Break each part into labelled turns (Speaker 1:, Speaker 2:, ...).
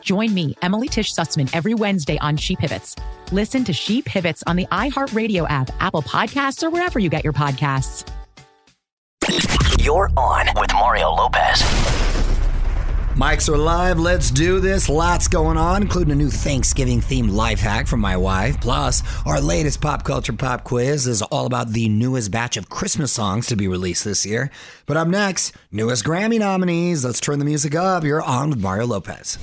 Speaker 1: Join me, Emily Tish Sussman, every Wednesday on She Pivots. Listen to She Pivots on the iHeartRadio app, Apple Podcasts, or wherever you get your podcasts.
Speaker 2: You're on with Mario Lopez.
Speaker 3: Mics are live. Let's do this. Lots going on, including a new Thanksgiving themed life hack from my wife. Plus, our latest pop culture pop quiz is all about the newest batch of Christmas songs to be released this year. But up next, newest Grammy nominees. Let's turn the music up. You're on with Mario Lopez.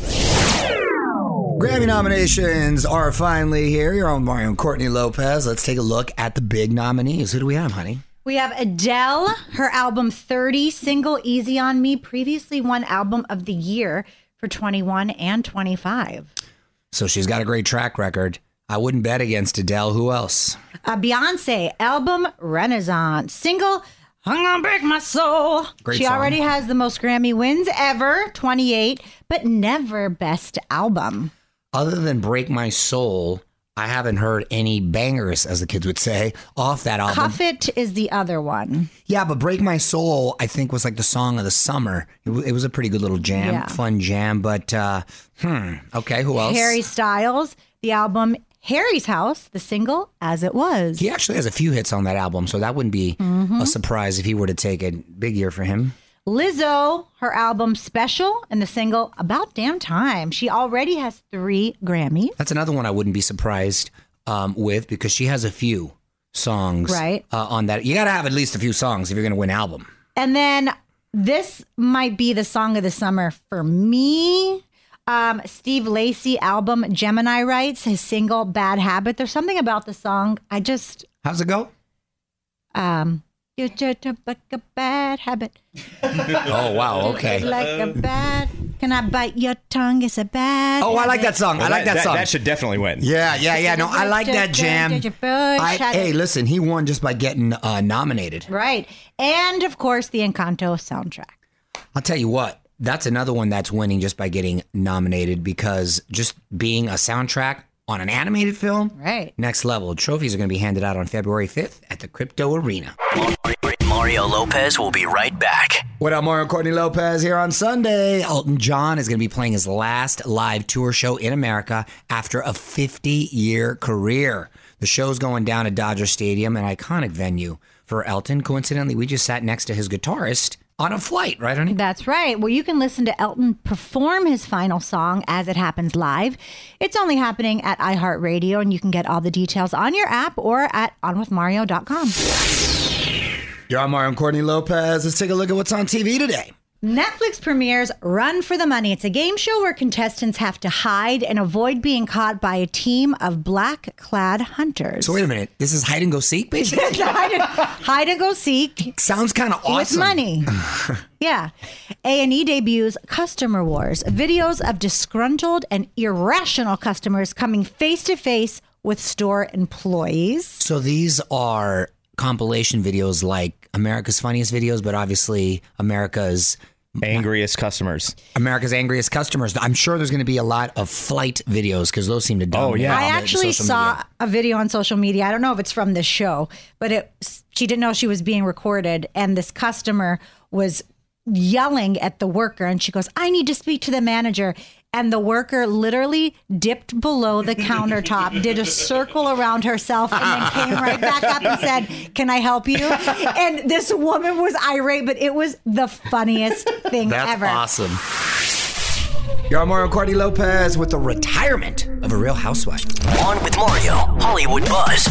Speaker 3: Grammy nominations are finally here. You're on with Mario and Courtney Lopez. Let's take a look at the big nominees. Who do we have, honey?
Speaker 4: We have Adele, her album 30, single Easy on Me, previously won Album of the Year for 21 and 25.
Speaker 3: So she's got a great track record. I wouldn't bet against Adele. Who else?
Speaker 4: Uh, Beyonce, album Renaissance, single I'm Gonna Break My Soul.
Speaker 3: Great
Speaker 4: she
Speaker 3: song.
Speaker 4: already has the most Grammy wins ever, 28, but never Best Album.
Speaker 3: other than Break My Soul, I haven't heard any bangers, as the kids would say, off that album.
Speaker 4: Cuff It is the other one.
Speaker 3: Yeah, but Break My Soul, I think, was like the song of the summer. It, w- it was a pretty good little jam,
Speaker 4: Yeah.
Speaker 3: fun jam, but uh, hmm. Okay, who else?
Speaker 4: Harry Styles, the album Harry's House, the single As It Was. Mm-hmm.
Speaker 3: He actually has a few hits on that album, so that wouldn't be a surprise if he were to take it. Big year for him.
Speaker 4: Lizzo, her album Special and the single About Damn Time. She already has three Grammys.
Speaker 3: That's another one I wouldn't be surprised um, with because she has a few songs
Speaker 4: Right.
Speaker 3: uh, on that. You got to have at least a few songs if you're going to win album.
Speaker 4: And then this might be the song of the summer for me. Um, Steve Lacy album Gemini Rights, his single Bad Habit. There's something about the song. I just
Speaker 3: How's it go?
Speaker 4: um you're just like a bad habit.
Speaker 3: Oh, wow. Okay.
Speaker 4: Like a bad can I bite your tongue? It's a bad
Speaker 3: Oh, I like that song. I like that, song.
Speaker 5: That should definitely win.
Speaker 3: yeah, yeah, yeah. No, I like that jam. I,
Speaker 4: Shut
Speaker 3: hey,
Speaker 4: it.
Speaker 3: listen, he won just by getting uh, nominated.
Speaker 4: Right. And of course, the Encanto soundtrack.
Speaker 3: I'll tell you what, that's another one that's winning just by getting nominated because just being a soundtrack on an animated film,
Speaker 4: Right.
Speaker 3: next level. Trophies are going to be handed out on February 5th at the Crypto Arena.
Speaker 2: Mario Lopez will be right back.
Speaker 3: What up, Mario Courtney Lopez here on Sunday? Elton John is going to be playing his last live tour show in America after a 50 year career. The show's going down at Dodger Stadium, an iconic venue for Elton. Coincidentally, we just sat next to his guitarist on a flight, right, honey?
Speaker 4: That's right. Well, you can listen to Elton perform his final song as it happens live. It's only happening at iHeartRadio, and you can get all the details on your app or at onwithmario.com.
Speaker 3: You're on Mario and Courtney Lopez. Let's take a look at what's on TV today.
Speaker 4: Netflix premieres Run for the Money. It's a game show where contestants have to hide and avoid being caught by a team of black clad hunters.
Speaker 3: So, wait a minute. This is hide and go seek, basically?
Speaker 4: hide, and, hide and go seek
Speaker 3: Sounds kind of awesome.
Speaker 4: with money. yeah. A&E debuts Customer Wars, videos of disgruntled and irrational customers coming face to face with store employees.
Speaker 3: So, these are compilation videos like America's Funniest Videos, but obviously America's
Speaker 6: Angriest customers.
Speaker 3: America's angriest customers. I'm sure there's going to be a lot of flight videos because those seem to.
Speaker 6: Oh,
Speaker 3: dominate all
Speaker 4: I
Speaker 3: the
Speaker 4: actually
Speaker 3: social
Speaker 4: saw
Speaker 3: media.
Speaker 4: a video on social media. I don't know if it's from this show, but it she didn't know she was being recorded, and this customer was yelling at the worker, and she goes, "I need to speak to the manager." And the worker literally dipped below the countertop, did a circle around herself, and then came right back up and said, "Can I help you?" And this woman was irate, but it was the funniest thing
Speaker 3: That's
Speaker 4: ever.
Speaker 3: awesome. You're on Mario Cordy Lopez with the retirement of a Real Housewife.
Speaker 2: On with Mario, Hollywood Buzz.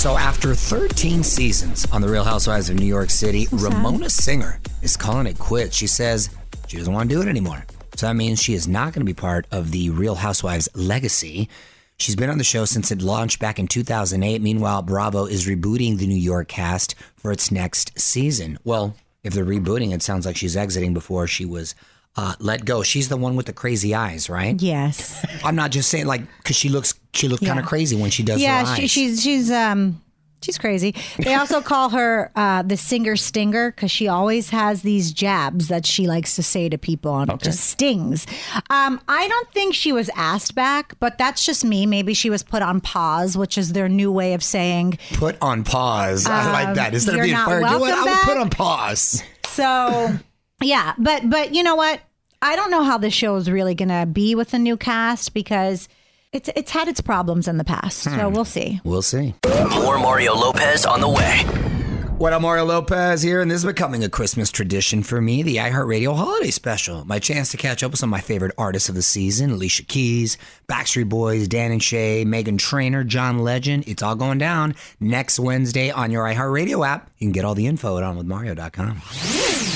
Speaker 3: So after 13 seasons on the Real Housewives of New York City, Ramona Singer is calling it quits. She says she doesn't want to do it anymore. So that means she is not going to be part of the Real Housewives legacy. She's been on the show since it launched back in 2008. Meanwhile, Bravo is rebooting the New York cast for its next season. Well, if they're rebooting, it sounds like she's exiting before she was uh, let go. She's the one with the crazy eyes, right?
Speaker 4: Yes.
Speaker 3: I'm not just saying like because she looks she looks kind
Speaker 4: Yeah.
Speaker 3: of crazy when she does. her
Speaker 4: yeah
Speaker 3: eyes.
Speaker 4: she, she's she's um she's crazy they also call her uh the singer stinger because she always has these jabs that she likes to say to people and it just stings um i don't think she was asked back but that's just me maybe she was put on pause which is their new way of saying
Speaker 3: put on pause. I like
Speaker 4: Um,
Speaker 3: that. Instead of
Speaker 4: you're
Speaker 3: being
Speaker 4: not
Speaker 3: fired, you know what? I
Speaker 4: welcome
Speaker 3: was put
Speaker 4: back.
Speaker 3: on pause.
Speaker 4: so yeah, but but you know what? I don't know how this show is really gonna be with the new cast because it's it's had its problems in the past. So we'll see.
Speaker 3: Hmm. We'll see.
Speaker 2: More Mario Lopez on the way.
Speaker 3: What up, Mario Lopez here, and this is becoming a Christmas tradition for me, the iHeartRadio Holiday Special. My chance to catch up with some of my favorite artists of the season, Alicia Keys, Backstreet Boys, Dan and Shay, Megan Trainor, John Legend. It's all going down next Wednesday on your iHeartRadio app. You can get all the info at onwithmario.com.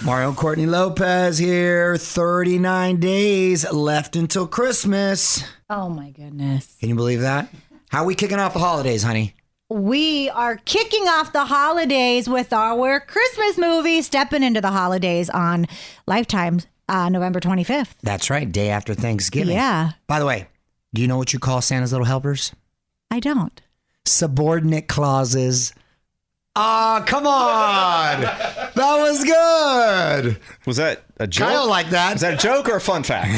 Speaker 3: Mario and Courtney Lopez here, 39 days left until Christmas.
Speaker 4: Oh my goodness.
Speaker 3: Can you believe that? How are we kicking off the holidays, honey?
Speaker 4: We are kicking off the holidays with our Christmas movie, stepping into the holidays on Lifetime, uh, November 25th.
Speaker 3: That's right, day after Thanksgiving.
Speaker 4: Yeah.
Speaker 3: By the way, do you know what you call Santa's little helpers?
Speaker 4: I don't.
Speaker 3: Subordinate clauses. Ah, come on. that was good.
Speaker 6: Was that a joke?
Speaker 3: Kyle liked that.
Speaker 6: Is that a joke or a fun fact?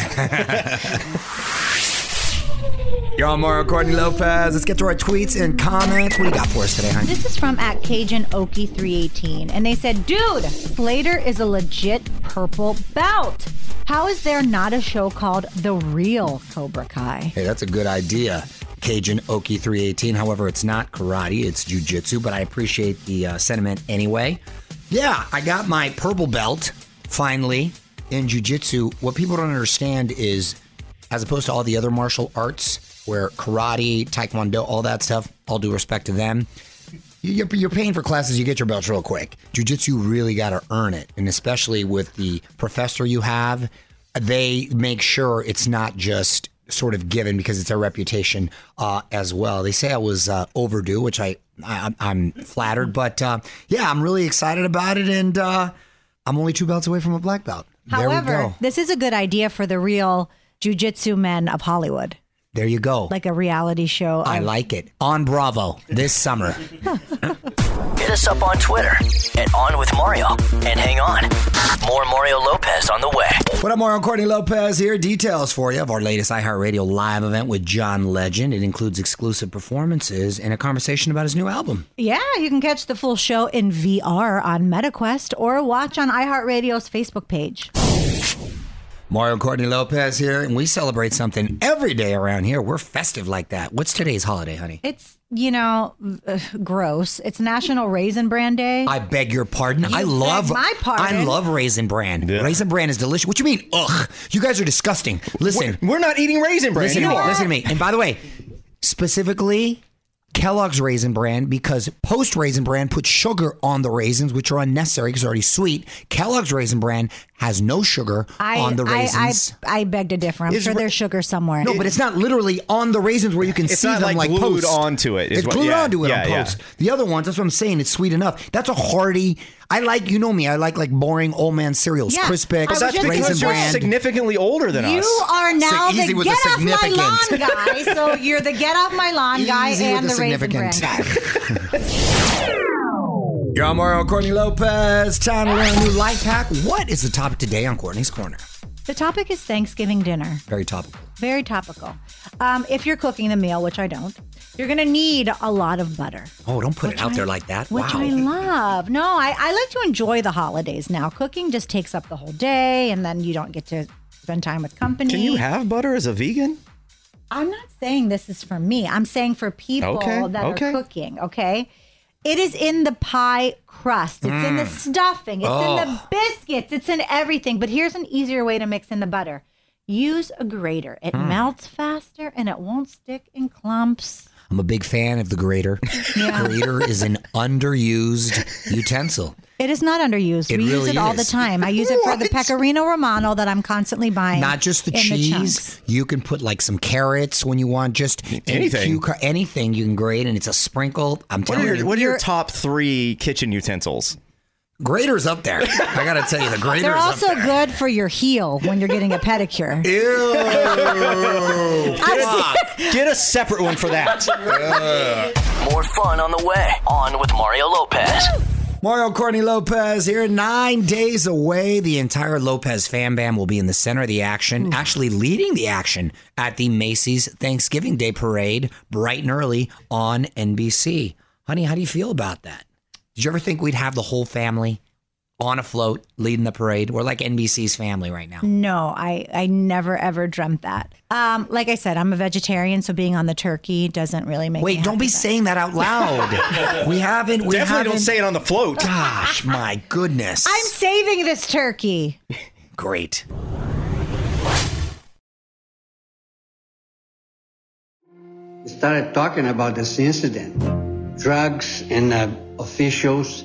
Speaker 3: You're on Mario Courtney Lopez. Let's get to our tweets and comments. What do you got for us today, honey?
Speaker 4: This is from at Cajun Okie 318, and they said, "Dude, Slater is a legit purple belt. How is there not a show called The Real Cobra Kai?"
Speaker 3: Hey, that's a good idea. Cajun Oki 318. However, it's not karate, it's jujitsu, but I appreciate the uh, sentiment anyway. Yeah, I got my purple belt finally in jujitsu. What people don't understand is, as opposed to all the other martial arts, where karate, taekwondo, all that stuff, all due respect to them, you- you're, you're paying for classes, you get your belts real quick. Jiu-jitsu really got to earn it. And especially with the professor you have, they make sure it's not just sort of given because it's their reputation uh, as well. They say I was uh, overdue, which I, I I'm- I'm flattered, but uh, yeah, I'm really excited about it. And uh, I'm only two belts away from a black belt. there we
Speaker 4: However,
Speaker 3: go.
Speaker 4: this is a good idea for the real jujitsu men of Hollywood,
Speaker 3: There you go.
Speaker 4: like a um, reality show.
Speaker 3: I
Speaker 4: of-
Speaker 3: like it on Bravo this summer.
Speaker 2: Hit us up on Twitter at On With Mario. And hang on, more Mario Lopez on the way.
Speaker 3: What up, Mario Courtney Lopez here. Details for you of our latest iHeartRadio live event with John Legend. It includes exclusive performances and a conversation about his new album.
Speaker 4: Yeah, you can catch the full show in VR on MetaQuest or watch on iHeartRadio's Facebook page.
Speaker 3: Mario Courtney Lopez here, and we celebrate something every day around here. We're festive like that. What's today's holiday, honey?
Speaker 4: It's, you know, ugh, gross. It's National Raisin Bran Day.
Speaker 3: I beg your pardon. I
Speaker 4: beg
Speaker 3: love
Speaker 4: my pardon.
Speaker 3: I love raisin bran. Raisin bran is delicious. What you mean? Ugh, you guys are disgusting. Listen,
Speaker 6: We're not eating raisin bran.
Speaker 3: Listen to
Speaker 6: you
Speaker 3: me.
Speaker 6: are.
Speaker 3: Listen to me. And by the way, specifically Kellogg's Raisin Bran because Post Raisin Bran puts sugar on the raisins, which are unnecessary because they're already sweet. Kellogg's Raisin Bran has no sugar
Speaker 4: I,
Speaker 3: on the
Speaker 4: I- I-
Speaker 3: raisins.
Speaker 4: I, beg to differ. I'm
Speaker 3: Is
Speaker 4: sure
Speaker 3: ra-
Speaker 4: there's sugar somewhere.
Speaker 3: no, but it's not literally on the raisins where you can
Speaker 6: It's
Speaker 3: see
Speaker 6: not
Speaker 3: them
Speaker 6: like,
Speaker 3: like,
Speaker 6: glued
Speaker 3: post.
Speaker 6: onto it. is
Speaker 3: It's
Speaker 6: what-
Speaker 3: glued
Speaker 6: yeah,
Speaker 3: onto it
Speaker 6: yeah,
Speaker 3: on
Speaker 6: yeah.
Speaker 3: post. The other ones, that's what I'm saying. It's sweet enough. That's a hearty. I like, you know me. I like like boring old man cereals,
Speaker 4: Yeah,
Speaker 3: Crispix,
Speaker 4: I was
Speaker 6: That's
Speaker 4: just-
Speaker 3: Raisin
Speaker 6: because you're
Speaker 3: Bran.
Speaker 6: significantly older than
Speaker 4: you
Speaker 6: us.
Speaker 4: are now
Speaker 3: easy
Speaker 4: the
Speaker 3: with the
Speaker 4: get off my lawn
Speaker 3: significant.
Speaker 4: guy. So Oh, you're the get off my lawn guy
Speaker 3: Easy with
Speaker 4: and
Speaker 3: the
Speaker 4: the Raisin Bran
Speaker 3: significant.
Speaker 4: guy.
Speaker 3: You're on Mario Courtney Lopez. Time to learn a new life hack. What is the topic today on Courtney's Corner?
Speaker 4: The topic is Thanksgiving dinner.
Speaker 3: Very topical.
Speaker 4: Very topical. Um, if you're cooking the meal, which I don't, you're going to need a lot of butter,
Speaker 3: Oh, don't put it out there like that.
Speaker 4: which
Speaker 3: wow.
Speaker 4: I love. No, I, I like to enjoy the holidays now. Cooking just takes up the whole day, and then you don't get to spend time with company.
Speaker 6: Can you have butter as a vegan?
Speaker 4: I'm not saying this is for me. I'm saying for people
Speaker 6: Okay,
Speaker 4: that
Speaker 6: okay.
Speaker 4: are cooking, okay? It is in the pie crust. It's in the
Speaker 3: Mm.
Speaker 4: stuffing. It's in the
Speaker 3: Oh.
Speaker 4: biscuits. It's in everything. But here's an easier way to mix in the butter. Use a grater. It
Speaker 3: Mm.
Speaker 4: melts faster and it won't stick in clumps.
Speaker 3: I'm a big fan of the grater.
Speaker 4: Yeah.
Speaker 3: Grater is an underused utensil.
Speaker 4: It is not underused.
Speaker 3: It
Speaker 4: we use
Speaker 3: really
Speaker 4: it all the
Speaker 3: is.
Speaker 4: time. I use it for the pecorino romano that I'm constantly buying.
Speaker 3: Not just the
Speaker 4: in
Speaker 3: cheese.
Speaker 4: chunks.
Speaker 3: you can put like some carrots when you want. Just any
Speaker 6: Anything.
Speaker 3: cucu- anything you can grate, and it's a sprinkle. I'm
Speaker 6: What
Speaker 3: telling
Speaker 6: are your,
Speaker 3: you,
Speaker 6: what are your top three kitchen utensils?
Speaker 3: grater's up there. I gotta tell you, the grater's
Speaker 4: They're
Speaker 3: up
Speaker 4: also good for your heel when you're getting a pedicure.
Speaker 3: Ew.
Speaker 6: Get a, get a separate one for that.
Speaker 2: More fun on the way. On with Mario Lopez.
Speaker 3: Mario Courtney Lopez here. Nine days away, the entire Lopez fan band will be in the center of the action,
Speaker 6: Hmm.
Speaker 3: actually leading the action at the Macy's Thanksgiving Day Parade bright and early on NBC. Honey, how do you feel about that? Did you ever think we'd have the whole family on a float leading the parade? We're like NBC's family right
Speaker 6: Mm-hmm.
Speaker 3: now.
Speaker 4: No, I, I never ever dreamt that. Um, like I said, I'm a vegetarian, so being on the turkey doesn't really make.
Speaker 3: Wait,
Speaker 4: me
Speaker 3: don't
Speaker 4: happy.
Speaker 3: be saying that out loud. we haven't. We
Speaker 6: Definitely don't
Speaker 3: haven't-
Speaker 6: say it on the float.
Speaker 3: Gosh, my goodness.
Speaker 4: I'm saving this turkey.
Speaker 3: Great.
Speaker 5: started talking about this incident. Drugs and uh, officials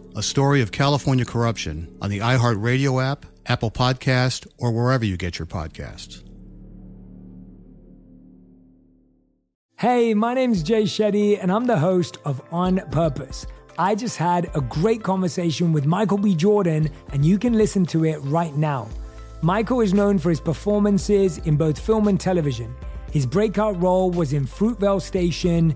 Speaker 7: a story of California corruption on the iHeartRadio app, Apple Podcast, or wherever you get your podcasts.
Speaker 8: Hey, my name's Jay Shetty, and I'm the host of On Purpose. I just had a great conversation with Michael B. Jordan, and you can listen to it right now. Michael is known for his performances in both film and television. His breakout role was in Fruitvale Station,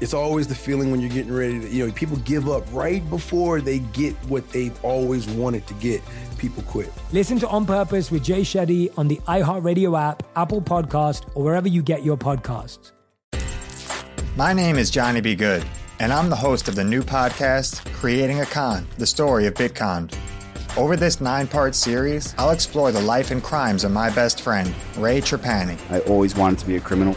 Speaker 9: It's always the feeling when you're getting ready to, you know, people give up right before they get what they've always wanted to get. People quit.
Speaker 8: Listen to On Purpose with Jay Shetty on the iHeartRadio app, Apple Podcast, or wherever you get your podcasts.
Speaker 10: My name is Johnny B. Good, and I'm the host of the new podcast, Creating a Con The Story of BitCon. Over this nine part series, I'll explore the life and crimes of my best friend, Ray Trapani.
Speaker 11: I always wanted to be a criminal.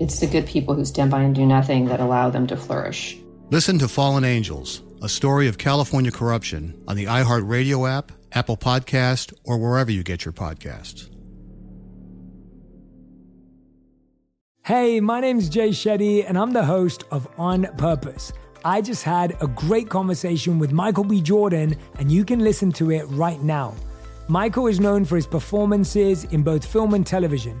Speaker 12: It's the good people who stand by and do nothing that allow them to flourish.
Speaker 7: Listen to Fallen Angels, a story of California corruption on the iHeartRadio app, Apple Podcast, or wherever you get your podcasts.
Speaker 8: Hey, my name's Jay Shetty, and I'm the host of On Purpose. I just had a great conversation with Michael B. Jordan, and you can listen to it right now. Michael is known for his performances in both film and television.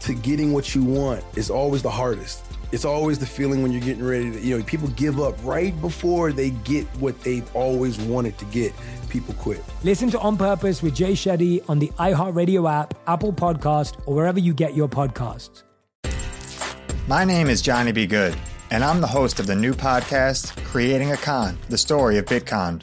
Speaker 9: to getting what you want is always the hardest. It's always the feeling when you're getting ready to, you know, people give up right before they get what they've always wanted to get. People quit.
Speaker 8: Listen to On Purpose with Jay Shetty on the iHeartRadio app, Apple Podcast, or wherever you get your podcasts.
Speaker 10: My name is Johnny B. Good, and I'm the host of the new podcast, Creating a Con, the story of Bitcon.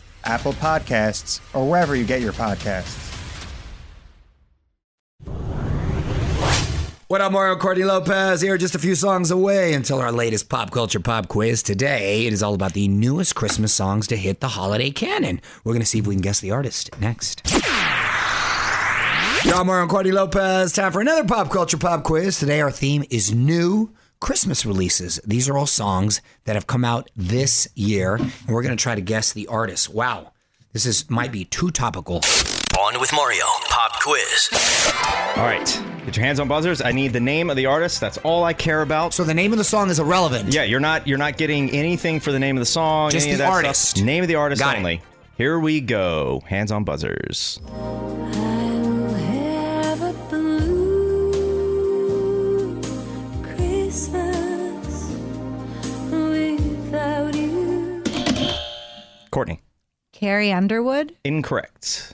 Speaker 10: Apple Podcasts, or wherever you get your podcasts.
Speaker 3: What up, Mario Courtney Lopez here, just a few songs away until our latest pop culture pop quiz. Today, it is all about the newest Christmas songs to hit the holiday canon. We're going to see if we can guess the artist next. Y'all, Mario Courtney Lopez, time for another pop culture pop quiz. Today, our theme is new Christmas releases. These are all songs that have come out this year, and we're going to try to guess the artist. Wow, this is might be too topical.
Speaker 2: On with Mario. Pop quiz.
Speaker 6: All right. Get your hands on buzzers. I need the name of the artist. That's all I care about.
Speaker 3: So the name of the song is irrelevant.
Speaker 6: Yeah, you're not you're not getting anything for the name of the song.
Speaker 3: Just
Speaker 6: any of
Speaker 3: the
Speaker 6: that stuff.
Speaker 3: artist.
Speaker 6: Name of the artist
Speaker 3: Got it.
Speaker 6: only. Here we go. Hands on buzzers. Courtney.
Speaker 4: Carrie Underwood.
Speaker 6: Incorrect.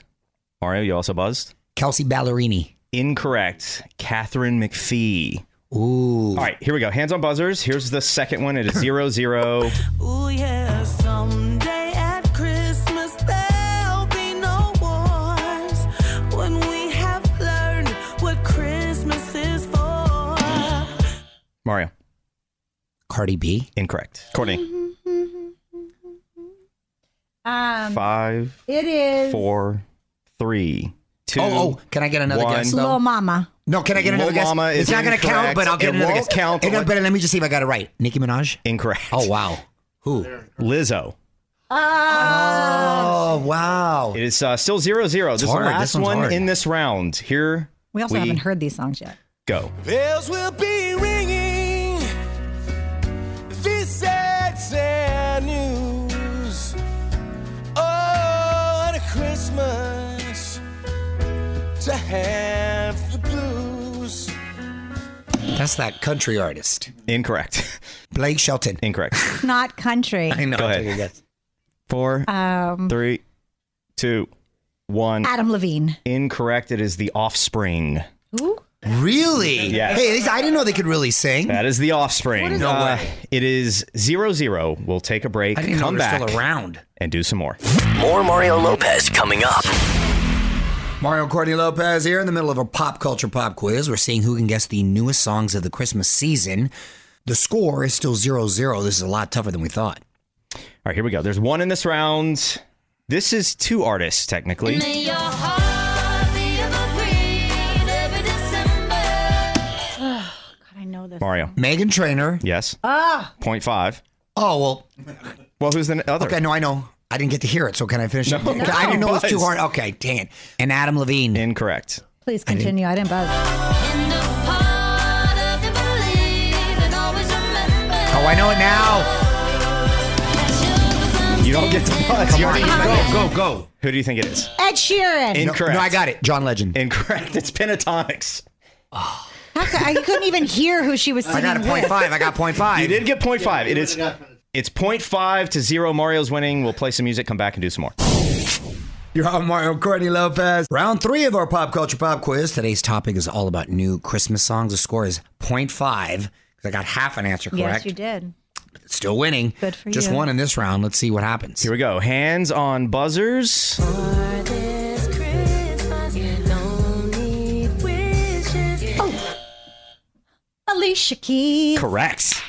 Speaker 6: Mario, you also buzzed.
Speaker 3: Kelsey Ballerini.
Speaker 6: Incorrect. Catherine McPhee.
Speaker 3: Ooh.
Speaker 6: All right, here we go. Hands on buzzers. Here's the second one. It is zero zero.
Speaker 11: Ooh, yeah, someday at Christmas there'll be no wars when we have learned what Christmas is for.
Speaker 6: Mario.
Speaker 3: Cardi B.
Speaker 6: Incorrect. Courtney.
Speaker 4: Um,
Speaker 6: Five,
Speaker 4: It is
Speaker 6: four, three, two.
Speaker 3: Oh, oh, can I get another
Speaker 6: one.
Speaker 3: guess, though?
Speaker 4: Little Mama.
Speaker 3: No, can I get another
Speaker 6: Lil
Speaker 3: guess?
Speaker 6: Mama
Speaker 3: it's
Speaker 6: is
Speaker 3: not going to count,
Speaker 6: incorrect.
Speaker 3: but I'll get
Speaker 6: It
Speaker 3: another
Speaker 6: won't
Speaker 3: guess.
Speaker 6: count.
Speaker 3: It- but let me just see if I got it right. Nicki Minaj?
Speaker 6: Incorrect.
Speaker 3: Oh, wow. Who?
Speaker 6: Lizzo.
Speaker 3: Oh, wow.
Speaker 6: It is uh, still zero zero. This is the
Speaker 3: hard. This
Speaker 6: last
Speaker 3: one's
Speaker 6: one
Speaker 3: hard.
Speaker 6: in this round. Here
Speaker 4: We also haven't heard these songs yet.
Speaker 6: go.
Speaker 11: Bells will be ringing. This sad, sad news. Oh, what a Christmas to have the blues.
Speaker 3: That's that country artist.
Speaker 6: Incorrect.
Speaker 3: Blake Shelton.
Speaker 6: Incorrect.
Speaker 4: Not country.
Speaker 3: I know.
Speaker 6: Go ahead. Four,
Speaker 4: Um,
Speaker 6: three, two, one.
Speaker 4: Adam Levine.
Speaker 6: Incorrect. It is the offspring.
Speaker 4: Ooh.
Speaker 3: Really?
Speaker 6: Yes.
Speaker 3: Hey, at least I didn't know they could really sing.
Speaker 6: That is the offspring.
Speaker 3: What is No that? way.
Speaker 6: It is zero zero. We'll take a break.
Speaker 3: I didn't know
Speaker 6: come
Speaker 3: they were
Speaker 6: back
Speaker 3: still around.
Speaker 6: and do some more.
Speaker 2: More Mario Lopez coming up.
Speaker 3: Mario Courtney Lopez here in the middle of a pop culture pop quiz. We're seeing who can guess the newest songs of the Christmas season. The score is still 0 0. This is a lot tougher than we thought.
Speaker 6: All right, here we go. There's one in this round. This is two artists technically.
Speaker 4: I know this.
Speaker 6: Mario.
Speaker 3: Megan Trainer.
Speaker 6: Yes.
Speaker 4: Ah,
Speaker 6: Point five.
Speaker 3: Oh, well.
Speaker 6: Well, who's the other?
Speaker 3: Okay, no, I know. I didn't get to hear it, so can I finish it?
Speaker 6: No.
Speaker 3: I didn't know it was too
Speaker 6: Buzz.
Speaker 3: hard. Okay, dang it. And Adam Levine.
Speaker 6: Incorrect.
Speaker 4: please continue. I didn't buzz.
Speaker 3: Oh, I know it now.
Speaker 6: You don't get to buzz. You already
Speaker 3: go, go, go.
Speaker 6: Who do you think it is?
Speaker 4: Ed Sheeran.
Speaker 6: Incorrect.
Speaker 3: No, I got it. John Legend.
Speaker 6: Incorrect. It's pentatonics.
Speaker 4: How could- I couldn't even hear who she was singing
Speaker 3: I got a point
Speaker 4: with.
Speaker 3: five. I got point five.
Speaker 6: You did get point five. It is. It's point five to zero. Mario's winning. We'll play some music. Come back and do some more.
Speaker 3: You're on Mario Courtney Lopez. Round three of our pop culture pop quiz. Today's topic is all about new Christmas songs. The score is 0.5 because I got half an answer
Speaker 4: Yes,
Speaker 3: correct.
Speaker 4: you did.
Speaker 3: Still winning.
Speaker 4: Good for
Speaker 3: Just
Speaker 4: you.
Speaker 3: one in this round. Let's see what happens.
Speaker 6: Here we go. Hands on buzzers.
Speaker 4: Oh. Alicia Keys.
Speaker 6: Correct.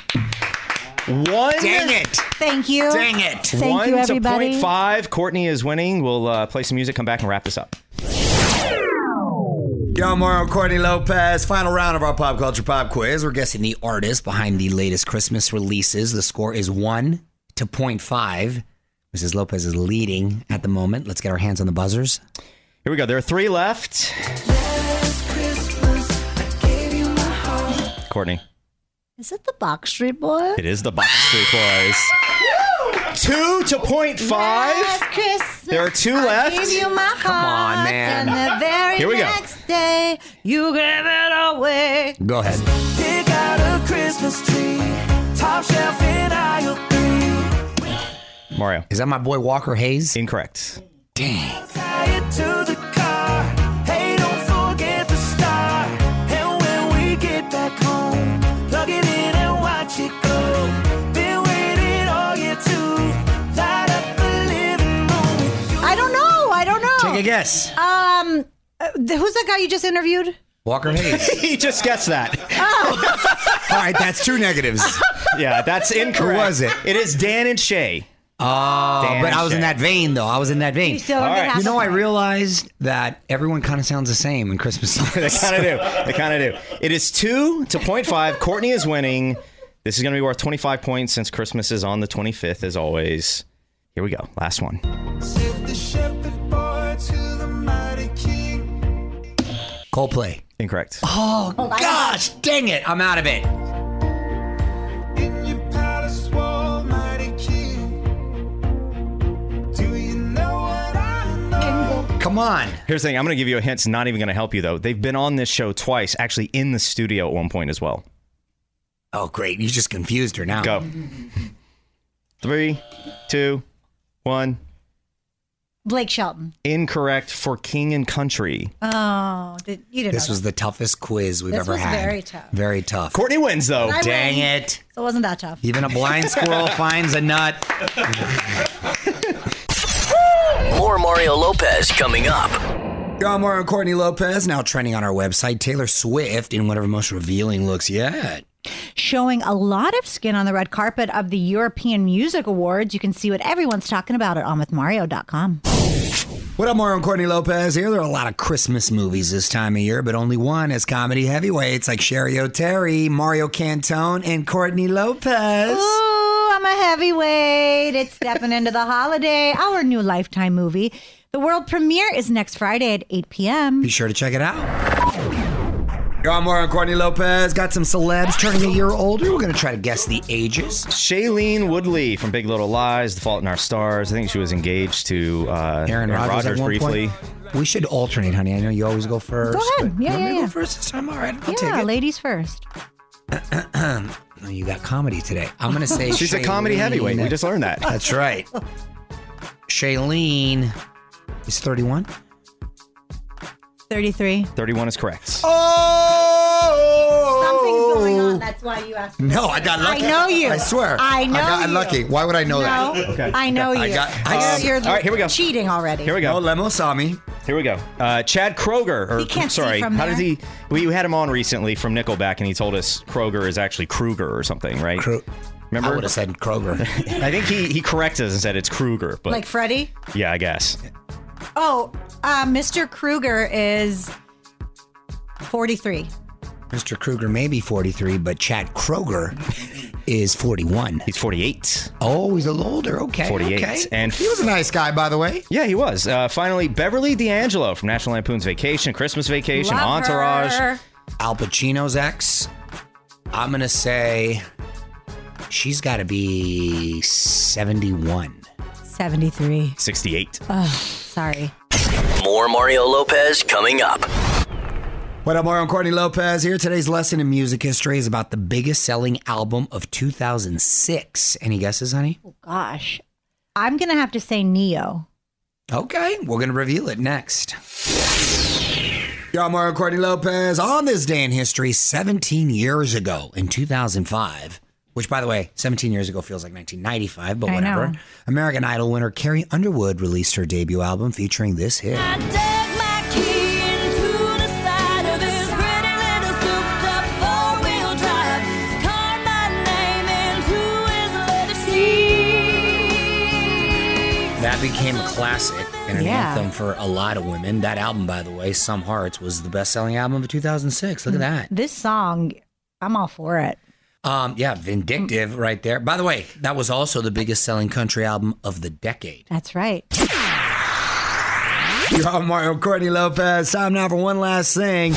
Speaker 6: One.
Speaker 3: Dang it.
Speaker 4: Thank you.
Speaker 3: Dang it.
Speaker 4: Thank
Speaker 6: one
Speaker 4: you,
Speaker 6: to
Speaker 4: everybody.
Speaker 6: point five. Courtney is winning. We'll uh, play some music. Come back and wrap this up.
Speaker 3: Yo, Mario Courtney Lopez. Final round of our pop culture pop quiz. We're guessing the artist behind the latest Christmas releases. The score is one to 0.5. Mrs. Lopez is leading at the moment. Let's get our hands on the buzzers.
Speaker 6: Here we go. There are three left. Courtney.
Speaker 4: Is it the Backstreet Boy?
Speaker 6: It is the Box Street Boys. Two to point five.
Speaker 4: Last Christmas,
Speaker 6: There are two
Speaker 4: I
Speaker 6: left.
Speaker 4: gave you my
Speaker 3: Come on,
Speaker 4: heart,
Speaker 3: man.
Speaker 4: And the very
Speaker 6: Here we go.
Speaker 4: next day, you gave it away.
Speaker 3: Go ahead.
Speaker 11: Pick out a Christmas tree, top shelf in aisle three.
Speaker 6: Mario.
Speaker 3: Is that my boy Walker Hayes?
Speaker 6: Incorrect.
Speaker 3: Dang.
Speaker 11: Tie it to the car. Hey, don't forget the star. And when we get back home, plug it in and watch it go. Been waiting all year to light up the living room.
Speaker 4: I don't know. I don't know.
Speaker 3: Take a guess.
Speaker 4: Um, uh, th- who's that guy you just interviewed?
Speaker 3: Walker Hayes.
Speaker 6: he just guessed that.
Speaker 3: All right, that's two negatives.
Speaker 6: Yeah, that's incorrect.
Speaker 3: was it?
Speaker 6: It is Dan and Shay.
Speaker 3: Oh,
Speaker 6: Damn
Speaker 3: but I was in
Speaker 6: shame.
Speaker 3: that vein, though. I was in that vein.
Speaker 4: You still don't
Speaker 6: All
Speaker 4: get
Speaker 6: right.
Speaker 4: half
Speaker 3: You know,
Speaker 4: a
Speaker 3: I
Speaker 4: point.
Speaker 3: realized that everyone kind of sounds the same in Christmas
Speaker 6: They
Speaker 3: songs.
Speaker 6: kind of do. They kind of do. It is two to point five. Courtney is winning. This is going to be worth 25 points since Christmas is on the 25th, as always. Here we go. Last one.
Speaker 11: Save the shepherd boy to the mighty king.
Speaker 3: Coldplay.
Speaker 6: Incorrect.
Speaker 3: Oh, gosh, dang it. I'm out of it.
Speaker 11: In your palace wall, mighty king. Do you know what I know?
Speaker 3: Come on.
Speaker 6: Here's the thing I'm going to give you a hint. It's not even going to help you, though. They've been on this show twice, actually in the studio at one point as well.
Speaker 3: Oh, great. You just confused her now.
Speaker 6: Go. Three, two, one.
Speaker 4: Blake Shelton.
Speaker 6: Incorrect for King and Country.
Speaker 4: Oh, did, you didn't.
Speaker 3: This
Speaker 4: know
Speaker 3: was the toughest quiz we've
Speaker 4: This
Speaker 3: ever
Speaker 4: was
Speaker 3: had.
Speaker 4: very tough.
Speaker 3: Very tough.
Speaker 6: Courtney wins, though.
Speaker 4: I-
Speaker 3: Dang
Speaker 4: win.
Speaker 3: it.
Speaker 4: that. So it wasn't that tough.
Speaker 3: Even a blind squirrel finds a nut.
Speaker 2: More Mario Lopez coming up.
Speaker 3: Y'all, Mario Courtney Lopez, now trending on our website. Taylor Swift in one of her most revealing looks yet.
Speaker 4: showing a lot of skin on the red carpet of the European Music Awards. You can see what everyone's talking about at onwithmario.com.
Speaker 3: What up, Mario and Courtney Lopez here. There are a lot of Christmas movies this time of year, but only one is comedy heavyweights like Sherry O'Terry, Mario Cantone, and Courtney Lopez.
Speaker 4: Ooh, I'm a heavyweight. It's stepping into the holiday, our new lifetime movie. The world premiere is next Friday at 8 p.m.
Speaker 3: Be sure to check it out. You're on Mario and Courtney Lopez. Got some celebs turning a year older. We're going to try to guess the ages.
Speaker 6: Shailene Woodley from Big Little Lies, The Fault in Our Stars. I think she was engaged to uh,
Speaker 3: Aaron Rodgers at one
Speaker 6: briefly.
Speaker 3: point. We should alternate, honey. I know you always go first.
Speaker 4: Go ahead.
Speaker 3: but-
Speaker 4: Yeah,
Speaker 3: You want
Speaker 4: yeah,
Speaker 3: me to
Speaker 4: yeah.
Speaker 3: go first this time? All right, I'll
Speaker 4: yeah,
Speaker 3: take it.
Speaker 4: ladies first.
Speaker 3: No, you got comedy today. I'm going to say
Speaker 6: She's a comedy
Speaker 3: Shailene.
Speaker 6: heavyweight. We just learned that.
Speaker 3: That's right. Shailene is 31.
Speaker 4: 33.
Speaker 6: 31 is correct.
Speaker 3: Oh!
Speaker 4: Something's going on. That's why you asked.
Speaker 3: No, I got lucky.
Speaker 4: I know you.
Speaker 3: I swear.
Speaker 4: I know
Speaker 3: I got
Speaker 4: you.
Speaker 3: lucky. Why would I know
Speaker 4: No,
Speaker 3: that?
Speaker 4: I know you.
Speaker 3: I got. I
Speaker 4: You're-
Speaker 3: got
Speaker 4: you're,
Speaker 6: all right, here we go.
Speaker 4: cheating already.
Speaker 6: Here we go.
Speaker 3: Oh, Lemo saw me.
Speaker 6: Here we go. Uh, Chad Kroger. Or,
Speaker 4: He can't see
Speaker 6: sorry.
Speaker 4: from
Speaker 6: How
Speaker 4: there.
Speaker 6: does he? We had him on recently from Nickelback, and he told us Kroger is actually Kruger or something, right? Remember? I would
Speaker 3: have said Kroger.
Speaker 6: I think he he corrected us and said it's Kruger, but
Speaker 4: like Freddie?
Speaker 6: yeah, I guess.
Speaker 4: Oh, uh, Mr. Kruger is 43.
Speaker 3: Mr. Kruger may be 43, but Chad Kroger is 41.
Speaker 6: He's 48.
Speaker 3: Oh, he's a little older. Okay.
Speaker 6: 48.
Speaker 3: okay.
Speaker 6: And
Speaker 3: he was a nice guy, by the way.
Speaker 6: Yeah, he was. Uh, finally, Beverly D'Angelo from National Lampoon's Vacation, Christmas Vacation,
Speaker 3: Love
Speaker 6: Entourage.
Speaker 3: her. Al Pacino's ex. I'm going to say she's got to be 71.
Speaker 4: 73.
Speaker 6: 68.
Speaker 4: Oh, sorry.
Speaker 2: More Mario Lopez coming up.
Speaker 3: What up, Mario and Courtney Lopez here. Today's lesson in music history is about the biggest selling album of 2006. Any guesses, honey?
Speaker 4: Gosh. I'm going to have to say Neo.
Speaker 3: Okay, we're going to reveal it next. Y'all, Mario and Courtney Lopez. On this day in history, 17 years ago in 2005, which, by the way, 17 years ago feels like 1995, but
Speaker 4: I
Speaker 3: whatever.
Speaker 4: know.
Speaker 3: American Idol winner Carrie Underwood released her debut album featuring this hit. That became a classic and an
Speaker 11: Yeah.
Speaker 3: anthem for a lot of women. That album, by the way, Some Hearts, was the best selling album of 2006.
Speaker 4: Mm.
Speaker 3: Look at that.
Speaker 4: This song, I'm all for it.
Speaker 3: Um, yeah, Vindictive right there. By the way, that was also the biggest selling country album of the decade.
Speaker 4: That's right.
Speaker 3: You're on Mario Courtney Lopez. Time now for one last thing.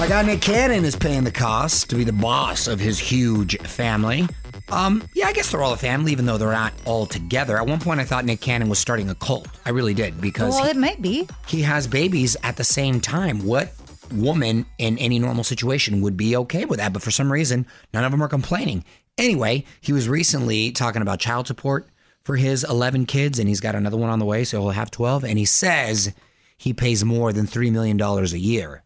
Speaker 3: My guy Nick Cannon is paying the cost to be the boss of his huge family. Um, yeah, I guess they're all a family, even though they're not all together. At one point, I thought Nick Cannon was starting a cult. I really did because
Speaker 4: Well,
Speaker 3: he-
Speaker 4: it might be.
Speaker 3: he has babies at the same time. What woman in any normal situation would be okay with that? But for some reason, none of them are complaining. Anyway, he was recently talking about child support for his 11 kids, and he's got another one on the way, so he'll have 12. And he says he pays more than $3 million a year.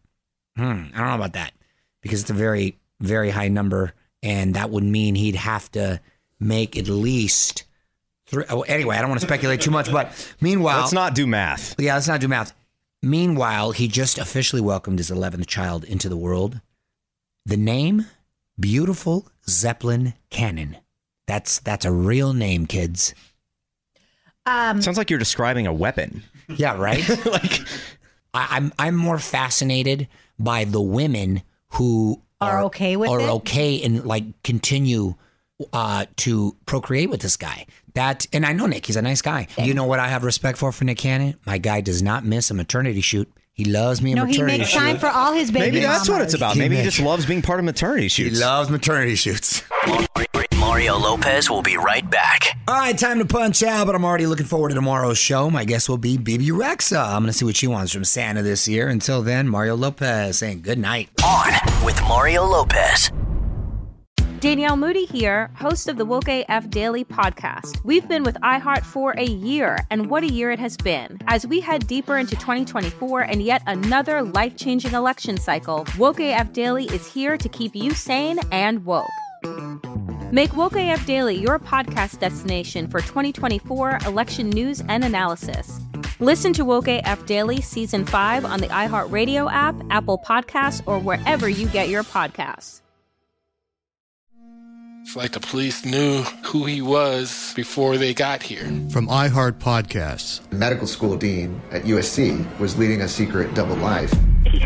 Speaker 3: Hmm, I don't know about that because it's a very, very high number, and that would mean he'd have to make at least three. Oh, anyway, I don't want to speculate too much, but meanwhile,
Speaker 6: Let's not do math.
Speaker 3: yeah, let's not do math. Meanwhile, he just officially welcomed his 11th child into the world. The name, beautiful Zeppelin Cannon. That's that's a real name, kids.
Speaker 4: Um,
Speaker 6: Sounds like you're describing a weapon.
Speaker 3: Yeah, right. like, I, I'm I'm more fascinated by the women who
Speaker 4: Are okay with
Speaker 3: are
Speaker 4: it?
Speaker 3: okay and like continue uh, to procreate with this guy. That and I know Nick, he's a nice guy. You know what I have respect for for Nick Cannon? My guy does not miss a maternity shoot. He loves me a
Speaker 4: No, he
Speaker 3: maternity
Speaker 4: makes
Speaker 3: shoot.
Speaker 4: time for all his baby
Speaker 6: Maybe that's what
Speaker 4: mamas.
Speaker 6: it's about.
Speaker 3: He
Speaker 6: Maybe he
Speaker 3: makes-
Speaker 6: just loves being part of maternity shoots. He
Speaker 3: loves maternity shoots.
Speaker 2: Mario Lopez will be right back.
Speaker 3: All right, time to punch out, but I'm already looking forward to tomorrow's show. My guest will be BB Rexa. I'm going to see what she wants from Santa this year. Until then, Mario Lopez saying good night.
Speaker 2: On with Mario Lopez.
Speaker 1: Danielle Moody here, host of the Woke AF Daily podcast. We've been with iHeart for a year, and what a year it has been. As we head deeper into 2024 and yet another life changing election cycle, Woke AF Daily is here to keep you sane and woke. Make Woke AF Daily your podcast destination for 2024 election news and analysis. Listen to Woke AF Daily Season 5 on the iHeartRadio app, Apple Podcasts, or wherever you get your podcasts.
Speaker 13: It's like the police knew who he was before they got here.
Speaker 7: From iHeart Podcasts.
Speaker 14: Medical school dean at USC was leading a secret double life.
Speaker 15: She's